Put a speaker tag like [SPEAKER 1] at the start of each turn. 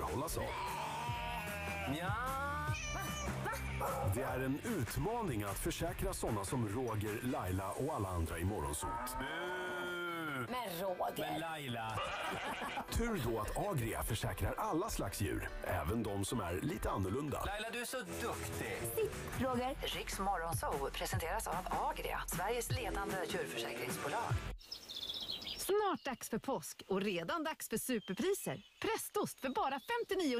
[SPEAKER 1] Paula sa.
[SPEAKER 2] Ja.
[SPEAKER 1] Det är en utmaning att försäkra sådana som Roger, Laila och alla andra i Morgonzoo.
[SPEAKER 3] Men Roger.
[SPEAKER 2] Men Laila.
[SPEAKER 1] Tur då att Agria försäkrar alla slags djur, även de som är lite annorlunda.
[SPEAKER 2] Laila, du är så duktig.
[SPEAKER 3] Roger.
[SPEAKER 4] Riks Morgonzoo presenteras av Agria, Sveriges ledande djurförsäkringsbolag.
[SPEAKER 5] Snart dags för påsk och redan dags för superpriser. Prästost för bara 59